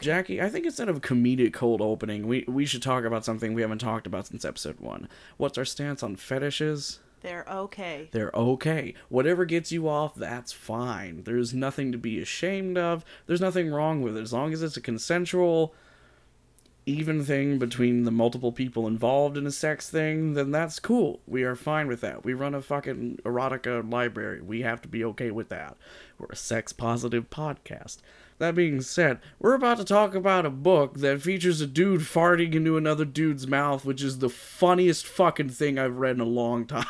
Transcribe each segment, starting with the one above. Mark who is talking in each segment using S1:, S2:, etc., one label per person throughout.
S1: Jackie, I think instead of comedic cold opening, we we should talk about something we haven't talked about since episode one. What's our stance on fetishes?
S2: They're okay.
S1: They're okay. Whatever gets you off, that's fine. There's nothing to be ashamed of. There's nothing wrong with it as long as it's a consensual even thing between the multiple people involved in a sex thing, then that's cool. We are fine with that. We run a fucking erotica library. We have to be okay with that. We're a sex positive podcast. That being said, we're about to talk about a book that features a dude farting into another dude's mouth, which is the funniest fucking thing I've read in a long time.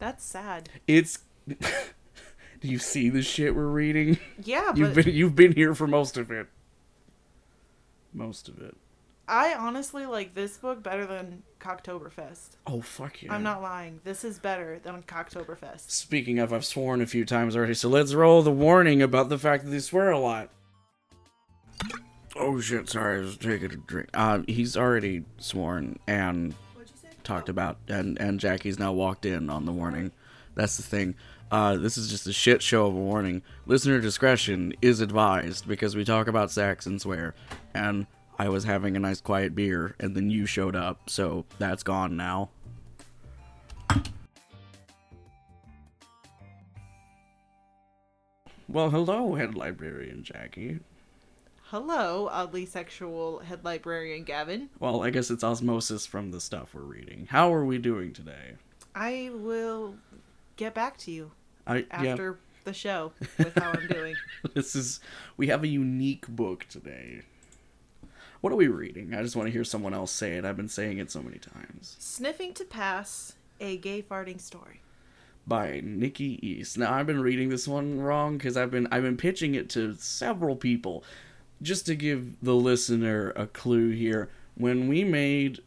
S2: That's sad.
S1: it's Do you see the shit we're reading?
S2: Yeah,
S1: You've
S2: but
S1: been you've been here for most of it. Most of it.
S2: I honestly like this book better than Cocktoberfest.
S1: Oh fuck you.
S2: I'm not lying. This is better than Cocktoberfest.
S1: Speaking of, I've sworn a few times already, so let's roll the warning about the fact that they swear a lot. Oh shit, sorry, I was taking a drink. Uh, he's already sworn and
S2: What'd you say?
S1: talked about, and, and Jackie's now walked in on the warning. That's the thing. Uh, this is just a shit show of a warning. Listener discretion is advised because we talk about sex and swear. And I was having a nice quiet beer, and then you showed up, so that's gone now. Well, hello, head librarian Jackie.
S2: Hello, oddly sexual head librarian Gavin.
S1: Well, I guess it's osmosis from the stuff we're reading. How are we doing today?
S2: I will get back to you
S1: I, yeah.
S2: after the show with how I'm doing.
S1: this is we have a unique book today what are we reading i just want to hear someone else say it i've been saying it so many times
S2: Sniffing to Pass, a gay farting story.
S1: by nikki east now i've been reading this one wrong because i've been i've been pitching it to several people just to give the listener a clue here when we made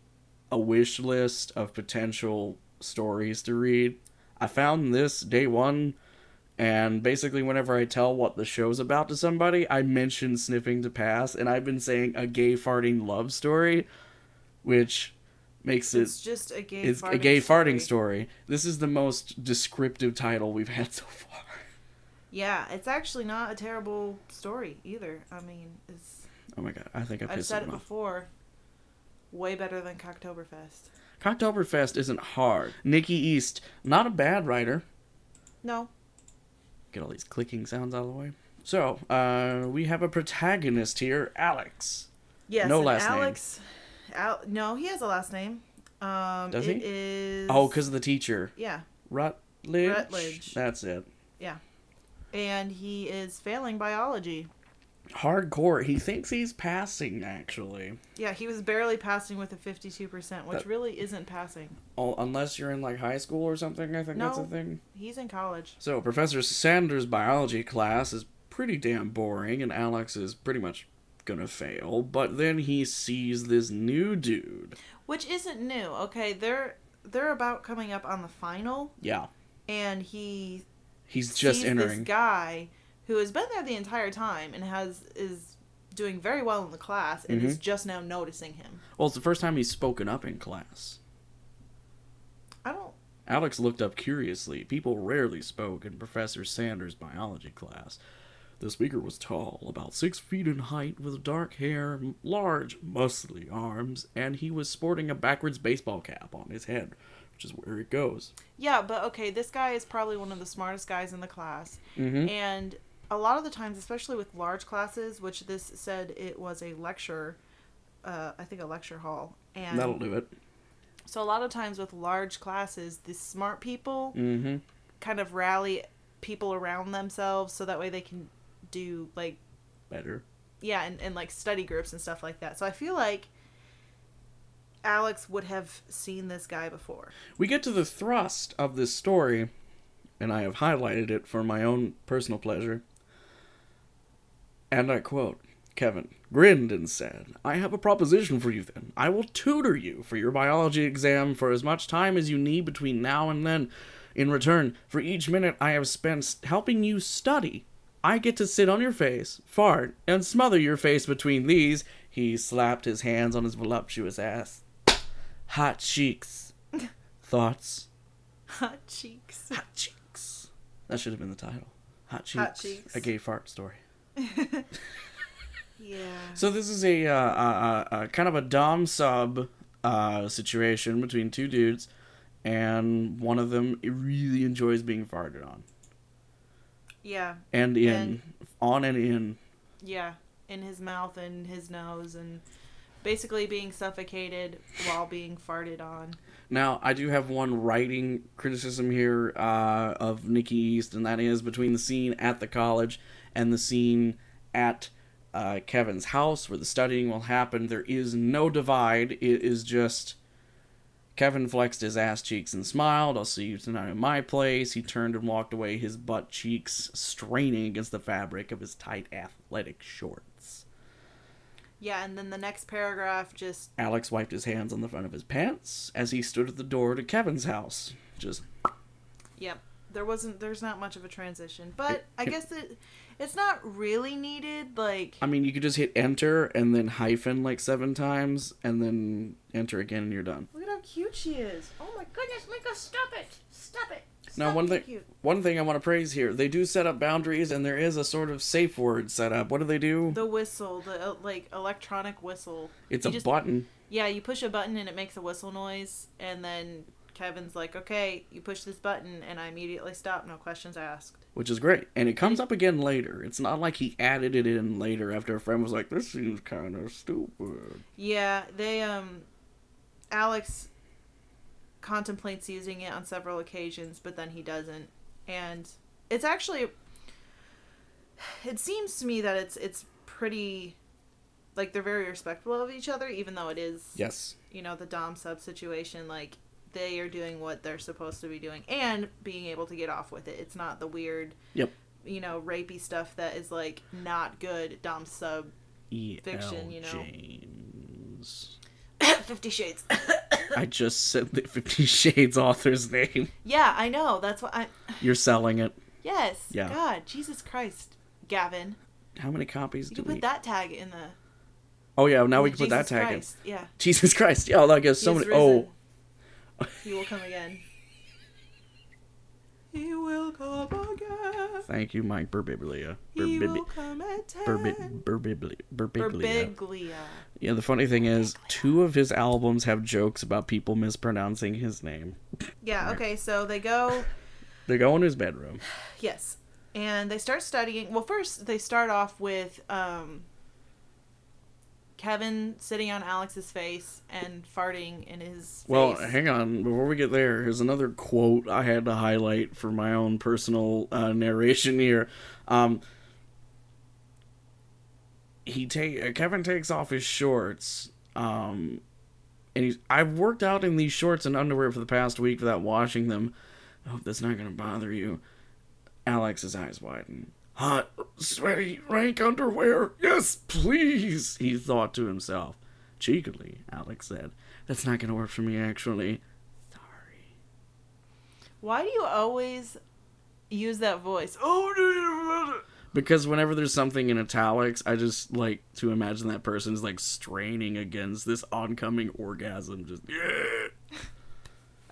S1: a wish list of potential stories to read i found this day one And basically, whenever I tell what the show's about to somebody, I mention sniffing to pass, and I've been saying a gay farting love story, which makes it
S2: It's just a gay
S1: it's
S2: farting
S1: a gay farting story. This is the most descriptive title we've had so far.
S2: Yeah, it's actually not a terrible story either. I mean, it's
S1: Oh my god, I think I
S2: I've
S1: pissed
S2: said it
S1: someone off.
S2: before. Way better than Cocktoberfest.
S1: Cocktoberfest isn't hard. Nikki East, not a bad writer.
S2: No,
S1: Get all these clicking sounds out of the way. So, uh, we have a protagonist here, Alex.
S2: Yes.
S1: No
S2: and
S1: last name.
S2: Alex, name. Al, no, he has a last name. Um,
S1: Does
S2: it
S1: he?
S2: is-
S1: Oh, because of the teacher.
S2: yeah,
S1: Rutledge.
S2: Rutledge.
S1: That's it.
S2: yeah, and he is failing biology.
S1: hardcore. He thinks he's passing actually,
S2: Yeah, he was barely passing with a fifty-two percent, which
S1: That-
S2: really isn't passing.
S1: All, Oh, unless you're in like high school or something. I think that's a
S2: No.
S1: thing.
S2: He's in college.
S1: So Professor Sanders' biology class is pretty damn boring, and Alex is pretty much gonna fail. But then he sees this new dude.
S2: which isn't new. Okay, they're they're about coming up on the final,
S1: Yeah,
S2: and he
S1: he's just
S2: sees
S1: entering.
S2: this guy who has been there the entire time and has is doing very well in the class and
S1: Mm-hmm.
S2: is just now noticing him.
S1: well, it's the first time he's spoken up in class.
S2: I don't.
S1: Alex looked up curiously. People rarely spoke in Professor Sanders' biology class. The speaker was tall, about six feet in height, with dark hair, m- large, muscly arms, and he was sporting a backwards baseball cap on his head, which is where it goes.
S2: Yeah, but okay, this guy is probably one of the smartest guys in the class,
S1: Mm-hmm.
S2: and a lot of the times, especially with large classes, which this said it was a lecture, uh, I think a lecture hall, and
S1: That'll do it.
S2: So a lot of times with large classes, the smart people
S1: Mm-hmm.
S2: kind of rally people around themselves so that way they can do like
S1: Better.
S2: yeah, and, and like study groups and stuff like that. So I feel like Alex would have seen this guy before.
S1: We get to the thrust of this story, and I have highlighted it for my own personal pleasure. And I quote Kevin grinned and said, I have a proposition for you then. I will tutor you for your biology exam for as much time as you need between now and then. In return, for each minute I have spent s- helping you study, I get to sit on your face, fart, and smother your face between these. He slapped his hands on his voluptuous ass. Hot cheeks. Thoughts.
S2: Hot cheeks.
S1: Hot cheeks. That should have been the title. Hot cheeks.
S2: Hot Cheeks.
S1: A gay fart story.
S2: Yeah.
S1: So this is a, uh, uh, uh, uh, kind of a dom sub uh, situation between two dudes, and one of them really enjoys being farted on
S2: Yeah.
S1: and in,
S2: And-
S1: on and in.
S2: Yeah. In his mouth and his nose and basically being suffocated while being farted on.
S1: Now, I do have one writing criticism here uh, of Nikki East, and that is between the scene at the college and the scene at uh, Kevin's house where the studying will happen. There is no divide. It is just Kevin flexed his ass cheeks and smiled. I'll see you tonight at my place. He turned and walked away, his butt cheeks straining against the fabric of his tight athletic shorts.
S2: Yeah, and then the next paragraph just
S1: Alex wiped his hands on the front of his pants as he stood at the door to Kevin's house. Just
S2: Yep. There wasn't there's not much of a transition. But
S1: It-
S2: I
S1: it-
S2: guess it it's not really needed, like
S1: I mean, you could just hit enter and then hyphen like seven times and then enter again and you're done.
S2: Look at how cute she is. Oh my goodness, Mika, stop it. Stop it.
S1: Now,
S2: Stop
S1: one
S2: being
S1: thing, one thing I want to praise here, they do set up boundaries and there is a sort of safe word set up. What do they do?
S2: The whistle, the uh, like electronic whistle.
S1: it's
S2: You
S1: a
S2: just-
S1: button.
S2: Yeah, you push a button and it makes a whistle noise, and then Kevin's like, "Okay, you push this button," and I immediately stop, no questions asked.
S1: Which is great. And it comes up again later. It's not like he added it in later after a friend was like, this seems kind of stupid.
S2: Yeah, they um, Alex contemplates using it on several occasions, but then he doesn't, and it's actually, it seems to me that it's it's pretty, like they're very respectful of each other, even though it is
S1: Yes.
S2: you know the dom sub situation like they are doing what they're supposed to be doing and being able to get off with it it's not the weird
S1: Yep.
S2: you know rapey stuff that is like not good dom sub
S1: E.
S2: Fiction, you know.
S1: James.
S2: 50 shades
S1: I just said the Fifty Shades author's name.
S2: yeah i know that's what i
S1: You're selling it.
S2: yes
S1: Yeah.
S2: god jesus christ gavin
S1: How many copies
S2: you
S1: do
S2: can
S1: we?
S2: put that tag in the
S1: Oh yeah, now we can
S2: Jesus
S1: put that tag in.
S2: christ. yeah
S1: Jesus Christ. Yeah, like there's so
S2: He is
S1: many. Oh,
S2: risen. he will come again he will come again
S1: thank you, Mike Burbiblia.
S2: he will
S1: Burbibi-
S2: come at 10
S1: Burbi- Burbibli- Burbiblia.
S2: Berbiglia.
S1: Yeah, the funny thing is, two of his albums have jokes about people mispronouncing his name.
S2: Yeah, okay, so they go,
S1: They go in his bedroom.
S2: yes, and they start studying. Well, first, they start off with um, Kevin sitting on Alex's face and farting in his
S1: Well,
S2: face.
S1: hang on. Before we get there, here's another quote I had to highlight for my own personal uh, narration here. Um, he take uh, Kevin takes off his shorts. Um, and he's I've worked out in these shorts and underwear for the past week without washing them. I hope that's not gonna bother you. Alex's eyes widen. Hot, sweaty, rank underwear. Yes, please, he thought to himself. Cheekily, Alex said. That's not going to work for me, actually. Sorry.
S2: Why do you always use that voice? Oh, no, no, no, no.
S1: Because whenever there's something in italics, I just like to imagine that person is like straining against this oncoming orgasm. Just, yeah.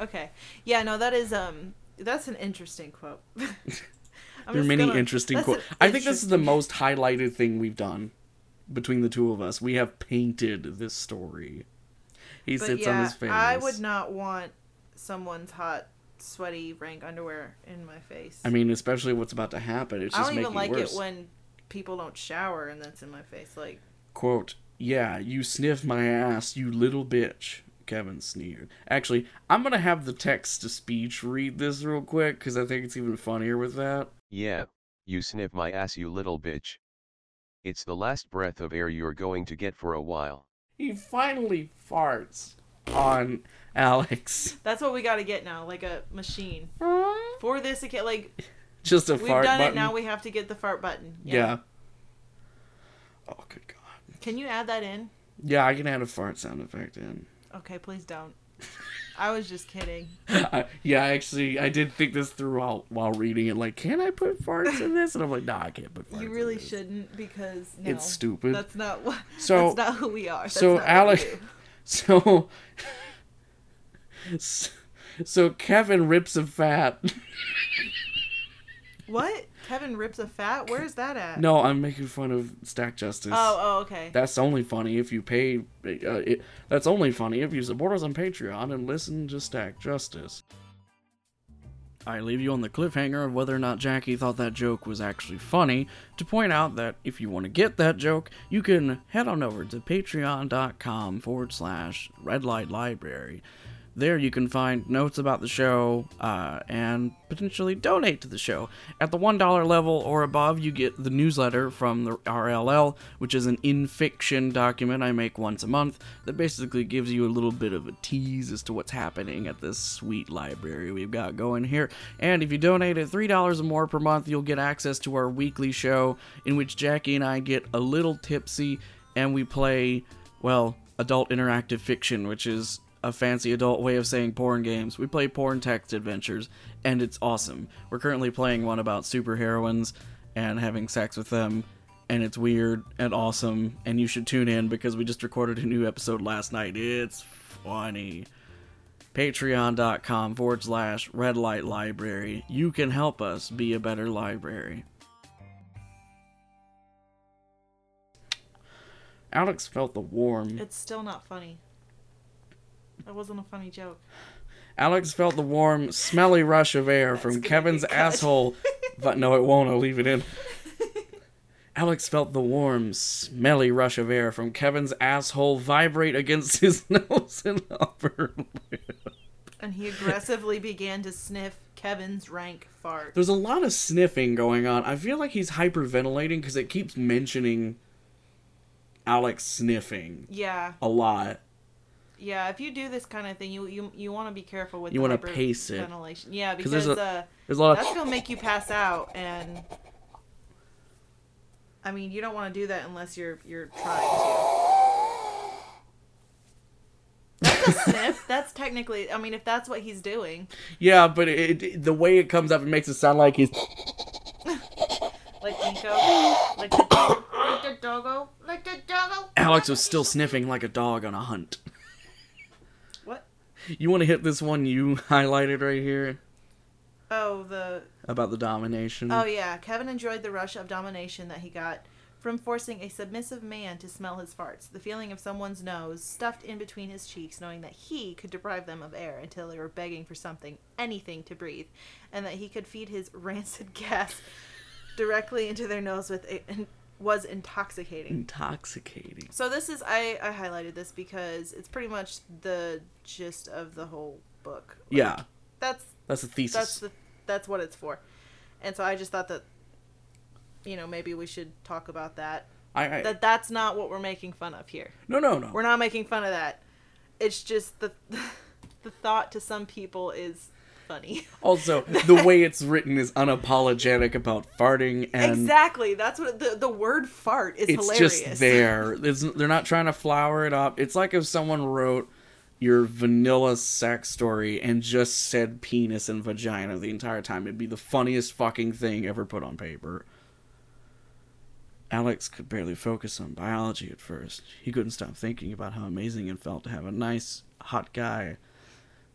S2: Okay, yeah, no, that is, um, that's an interesting quote.
S1: There are
S2: I'm just
S1: many
S2: gonna-
S1: interesting
S2: that's
S1: quotes.
S2: an
S1: I think this is the
S2: interesting-
S1: most highlighted thing we've done between the two of us. We have painted this story. He
S2: But
S1: sits
S2: yeah,
S1: on his face.
S2: I would not want someone's hot, sweaty, rank underwear in my face.
S1: I mean, especially what's about to happen. It's
S2: I
S1: just
S2: don't
S1: making
S2: even like
S1: worse.
S2: it when people don't shower and that's in my face. Like,
S1: Quote, yeah, you sniff my ass, you little bitch. Kevin sneered. Actually, I'm going to have the text to speech read this real quick because I think it's even funnier with that.
S3: Yeah, you sniff my ass, you little bitch. It's the last breath of air you're going to get for a while.
S1: He finally farts on Alex.
S2: that's what we got to get now, like a machine for this. Account, like
S1: Just a
S2: we've
S1: fart
S2: done
S1: button.
S2: it, now we have to get the fart button.
S1: yeah. Oh, good God.
S2: Can you add that in?
S1: Yeah, I can add a fart sound effect in.
S2: Okay, please don't. I was just kidding.
S1: I, yeah, actually, I did think this through while, while reading it. Like, can I put farts in this? And I'm like, nah, I can't put farts
S2: You
S1: in
S2: really
S1: this.
S2: shouldn't because no,
S1: It's stupid.
S2: That's not what.
S1: So-
S2: that's not who we are. That's
S1: so
S2: not what we
S1: Alex,
S2: do.
S1: so, so Kevin rips a fat.
S2: What? Kevin rips a fat? Where's that at?
S1: No, I'm making fun of Stack Justice.
S2: Oh, oh, okay.
S1: That's only funny if you pay. Uh, it, that's only funny if you support us on Patreon and listen to Stack Justice. I leave you on the cliffhanger of whether or not Jackie thought that joke was actually funny to point out that if you want to get that joke, you can head on over to patreon.com forward slash red light library. There you can find notes about the show uh, and potentially donate to the show. At the $1 level or above, you get the newsletter from the RLL, which is an in fiction document I make once a month that basically gives you a little bit of a tease as to what's happening at this sweet library we've got going here. And if you donate at $3 or more per month, you'll get access to our weekly show in which Jackie and I get a little tipsy and we play, well, adult interactive fiction, which is a fancy adult way of saying porn games. We play porn text adventures, and it's awesome. We're currently playing one about superheroines and having sex with them, and it's weird and awesome, and you should tune in because we just recorded a new episode last night. It's funny. Patreon.com forward slash red light library. You can help us be a better library. Alex felt the warm.
S2: It's still not funny. That wasn't a funny joke.
S1: Alex felt the warm, smelly rush of air from
S2: gonna
S1: Kevin's
S2: get cut.
S1: asshole. But no, it won't. I'll leave it in. Alex felt the warm, smelly rush of air from Kevin's asshole vibrate against his nose and upper lip.
S2: And he aggressively began to sniff Kevin's rank fart.
S1: There's a lot of sniffing going on. I feel like he's hyperventilating because it keeps mentioning Alex sniffing
S2: Yeah,
S1: a lot.
S2: yeah. If you do this kind of thing, you you, you want to be careful with
S1: You
S2: the
S1: wanna pace it.
S2: hyperventilation. Yeah,
S1: 'Cause
S2: because
S1: there's a-
S2: uh,
S1: There's a lot
S2: that's
S1: of.
S2: gonna make you pass out, and I mean you don't want to do that unless you're you're trying to. That's a sniff. That's technically. I mean, if that's what he's doing,
S1: Yeah, but it, it, the way it comes up, it makes it sound like he's.
S2: like Nico, like the dog, like the doggo, like the doggo.
S1: Alex was still sniffing like a dog on a hunt.
S2: What?
S1: You want to hit this one you highlighted right here
S2: Oh, the
S1: about the domination?
S2: Oh yeah, Kevin enjoyed the rush of domination that he got from forcing a submissive man to smell his farts. The feeling of someone's nose stuffed in between his cheeks, knowing that he could deprive them of air until they were begging for something, anything to breathe, and that he could feed his rancid gas directly into their nose with it and was intoxicating.
S1: Intoxicating.
S2: So this is I I highlighted this because it's pretty much the gist of the whole book. Like,
S1: yeah,
S2: That's
S1: that's the thesis.
S2: that's the that's what it's for and so i just thought that you know maybe we should talk about that
S1: I, I,
S2: that that's not what we're making fun of here
S1: no, no, no.
S2: we're not making fun of that it's just the the thought to some people is funny
S1: Also, the way it's written is unapologetic about farting and.
S2: exactly that's what the, the word fart is
S1: It's
S2: hilarious
S1: just there. It's, they're not trying to flower it up. It's like if someone wrote your vanilla sex story and just said penis and vagina the entire time. It'd be the funniest fucking thing ever put on paper. Alex could barely focus on biology at first. He couldn't stop thinking about how amazing it felt to have a nice, hot guy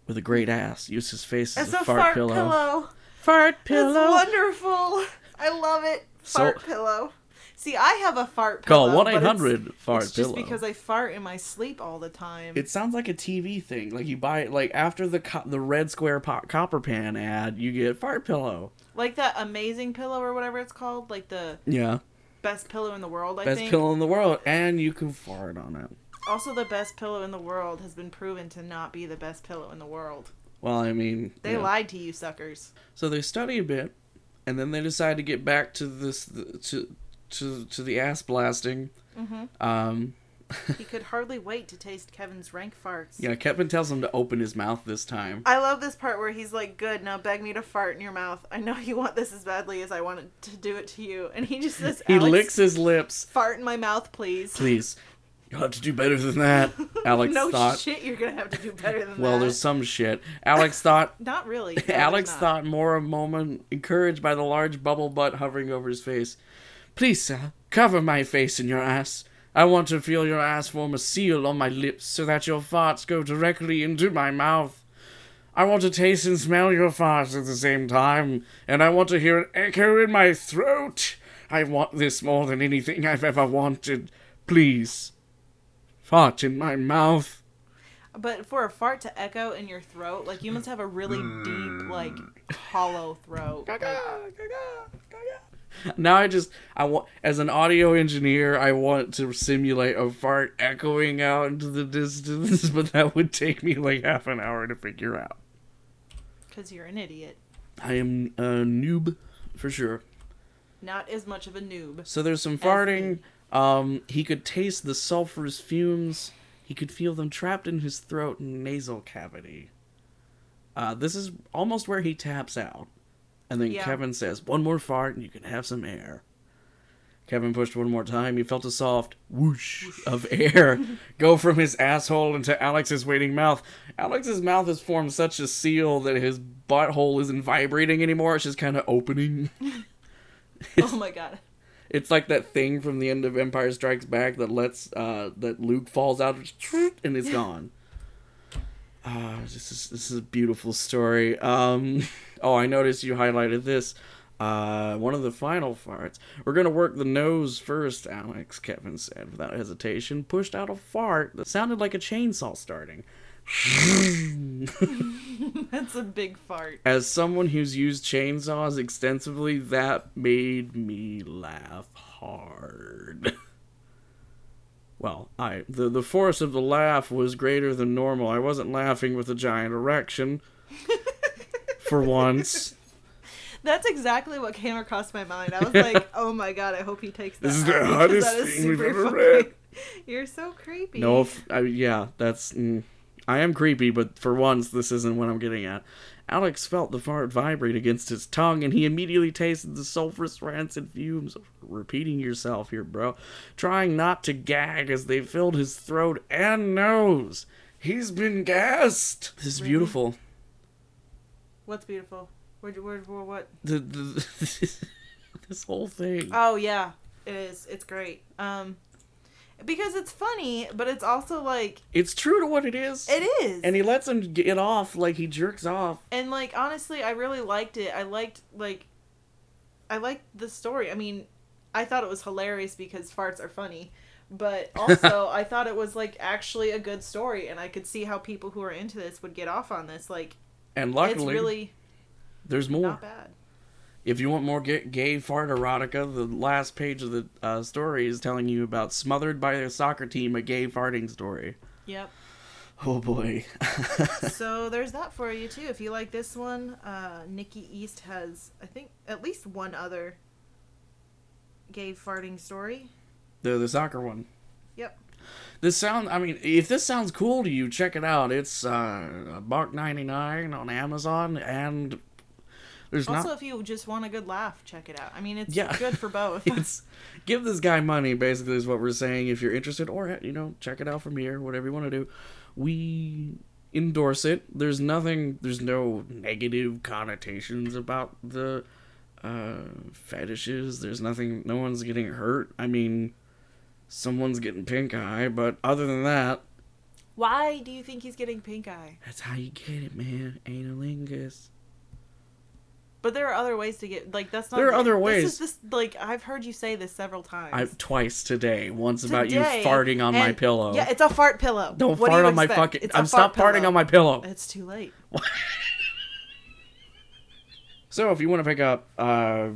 S1: with a great ass use his face as
S2: it's
S1: a, fart, pillow.
S2: fart
S1: pillow.
S2: it's wonderful i love it
S1: So-
S2: fart pillow see i have a fart pillow
S1: Call
S2: but
S1: one
S2: it's-
S1: eight hundred fart
S2: it's
S1: pillow.
S2: just because i fart in my sleep all the time
S1: It sounds like a TV thing. Like you buy it like after the co- the red square po- copper pan ad, you get fart pillow.
S2: like that amazing pillow or whatever it's called, like the
S1: Yeah,
S2: best pillow in the world. I
S1: best
S2: think
S1: pillow in the world, and you can fart on it.
S2: also the best pillow in the world has been proven to not be the best pillow in the world.
S1: Well, I mean,
S2: They
S1: yeah.
S2: lied to you suckers.
S1: So they study a bit, and then they decide to get back to this to to to the ass blasting.
S2: Mm-hmm.
S1: Um,
S2: He could hardly wait to taste Kevin's rank farts.
S1: yeah, Kevin tells him to open his mouth this time.
S2: I love this part where he's like, "Good, now beg me to fart in your mouth. I know you want this as badly as I wanted to do it to you." And he just says,
S1: He
S2: "Alex,
S1: licks his lips.
S2: fart in my mouth, please."
S1: Please, you'll have to do better than that. Alex
S2: no
S1: thought.
S2: shit, you're gonna have to do better than
S1: Well,
S2: that.
S1: there's some shit. Alex thought
S2: not really. No, there's
S1: Alex
S2: not.
S1: thought more a moment, encouraged by the large bubble butt hovering over his face. Please, sir, cover my face in your ass. I want to feel your ass form a seal on my lips so that your farts go directly into my mouth. I want to taste and smell your farts at the same time, and I want to hear it echo in my throat. I want this more than anything I've ever wanted. Please, fart in my mouth.
S2: But for a fart to echo in your throat, like you must have a really
S1: Hmm.
S2: deep, like hollow throat.
S1: Now I just I want as an audio engineer I want to simulate a fart echoing out into the distance, but that would take me like half an hour to figure out.
S2: Because you're an idiot.
S1: I am a noob for sure.
S2: Not as much of a noob.
S1: So there's some farting. Um, he could taste the sulfurous fumes. He could feel them trapped in his throat and nasal cavity. Uh, this is almost where he taps out. And then
S2: Yeah.
S1: Kevin says, One more fart and you can have some air. Kevin pushed one more time. He felt a soft whoosh, of air go from his asshole into Alex's waiting mouth. Alex's mouth has formed such a seal that his butthole isn't vibrating anymore. It's just kind of opening.
S2: Oh my god.
S1: It's like that thing from the end of Empire Strikes Back that lets uh, that Luke falls out and it's gone. Ah, this is this is a beautiful story. Um, oh, I noticed you highlighted this. Uh, one of the final farts. We're gonna work the nose first, Alex. Kevin said without hesitation, pushed out a fart that sounded like a chainsaw starting.
S2: That's a big fart.
S1: As someone who's used chainsaws extensively, that made me laugh hard. well, I the, the force of the laugh was greater than normal. I wasn't laughing with a giant erection. for once.
S2: That's exactly what came across my mind. I was like, oh my god, I hope he takes that.
S1: This is
S2: out
S1: the
S2: because
S1: hottest
S2: that is
S1: thing we've
S2: super
S1: ever read.
S2: fucking- You're so creepy.
S1: No, if, I, yeah, that's. Mm, I am creepy, but for once, this isn't what I'm getting at. Alex felt the fart vibrate against his tongue, and he immediately tasted the sulfurous rancid fumes. Repeating yourself here, bro. Trying not to gag as they filled his throat and nose. He's been gassed. This is beautiful.
S2: What's beautiful? Where, where, where, what?
S1: The, the, this whole thing.
S2: Oh yeah, it is. It's great. Um, because it's funny, but it's also like
S1: It's true to what it is.
S2: it is.
S1: and he lets him get off like he jerks off.
S2: and like honestly i really liked it i liked like i liked the story i mean i thought it was hilarious because farts are funny but also i thought it was like actually a good story and i could see how people who are into this would get off on this like
S1: And
S2: it's
S1: luckily,
S2: really
S1: there's more.
S2: not bad
S1: If you want more gay, gay fart erotica, the last page of the uh, story is telling you about smothered by their soccer team, a gay farting story.
S2: yep
S1: Oh boy.
S2: so there's that for you too if you like this one uh nikki east has i think at least one other gay farting story
S1: the the soccer one.
S2: yep
S1: This sound. I mean, if this sounds cool to you, check it out. It's uh, a buck ninety nine on Amazon, and there's
S2: also
S1: not.
S2: if you just want a good laugh check it out i mean it's
S1: Yeah.
S2: good for both
S1: It's give this guy money. Basically, is what we're saying. If you're interested, or you know, check it out from here. Whatever you want to do, we endorse it. There's nothing. There's no negative connotations about the uh, fetishes. There's nothing. No one's getting hurt. I mean, someone's getting pink eye, but other than that,
S2: Why do you think he's getting pink eye?
S1: that's how you get it, man. Analingus.
S2: But there are other ways to get like that's not.
S1: There are other
S2: This
S1: ways.
S2: is this like I've heard you say this several times.
S1: I twice today. Once about you
S2: Today-
S1: farting on my
S2: and-
S1: pillow.
S2: Yeah, it's a fart pillow.
S1: Don't
S2: What do
S1: fart
S2: you
S1: on my
S2: expect?
S1: fucking.
S2: It's a
S1: I'm
S2: fart
S1: stop farting
S2: pillow.
S1: on my pillow.
S2: It's too late.
S1: So if you want to pick up uh,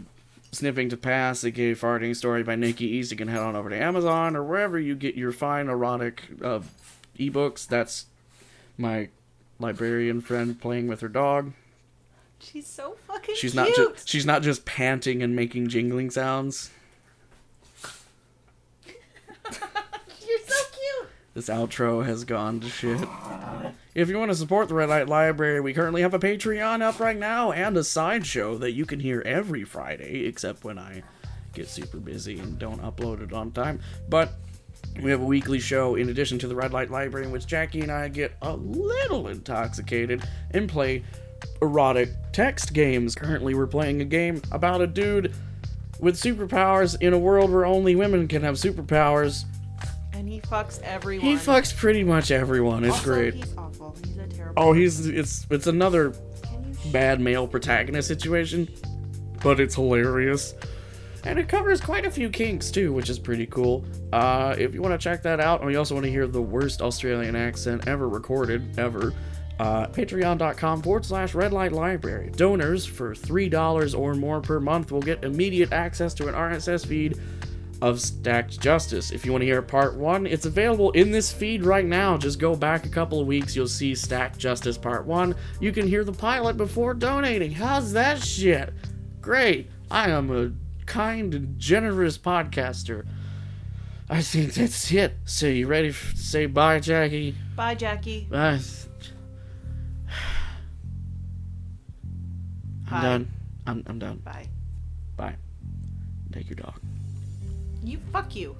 S1: Sniffing to Pass, a gay farting story by Nikki East, you can head on over to Amazon or wherever you get your fine erotic uh, ebooks. That's my librarian friend playing with her dog.
S2: She's so fucking.
S1: She's
S2: cute.
S1: not just she's not just panting and making jingling sounds.
S2: You're so cute.
S1: This outro has gone to shit. If you want to support the Red Light Library, we currently have a Patreon up right now and a sideshow that you can hear every Friday, except when I get super busy and don't upload it on time. But we have a weekly show in addition to the Red Light Library in which Jackie and I get a little intoxicated and play erotic text games. Currently, we're playing a game about a dude with superpowers in a world where only women can have superpowers
S2: And and he fucks everyone.
S1: He fucks pretty much everyone. It's
S2: Also,
S1: great.
S2: He's awful. He's a terrible.
S1: Oh, he's it's it's another
S2: Can you sh-
S1: bad male protagonist situation, but it's hilarious. And it covers quite a few kinks too, which is pretty cool. Uh, if you want to check that out, and you also want to hear the worst Australian accent ever recorded, ever, uh, patreon.com forward slash red light library. Donors for $3 or more per month will get immediate access to an RSS feed of Stacked Justice. If you want to hear part one, it's available in this feed right now. Just go back a couple of weeks, you'll see Stacked Justice part one. You can hear the pilot before donating. How's that shit? Great. I am a kind and generous podcaster. I think that's it. So, you ready f- to say bye, Jackie?
S2: Bye, Jackie.
S1: Uh, I'm
S2: Bye.
S1: done. I'm, I'm done.
S2: Bye.
S1: Bye. Take your dog.
S2: You fuck you.